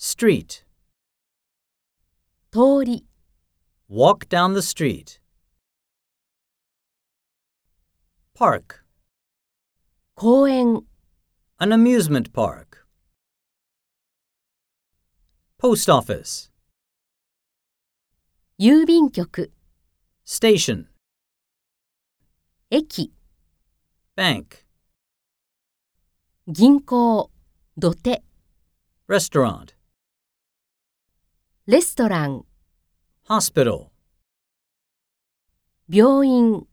Street. 通り、 Walk down the street. Park. 公園、 An amusement park. Post office. 郵便局、 Station. 駅、 Bank. 銀行、土手、 Restaurant. レストラン、 Hospital. 病院。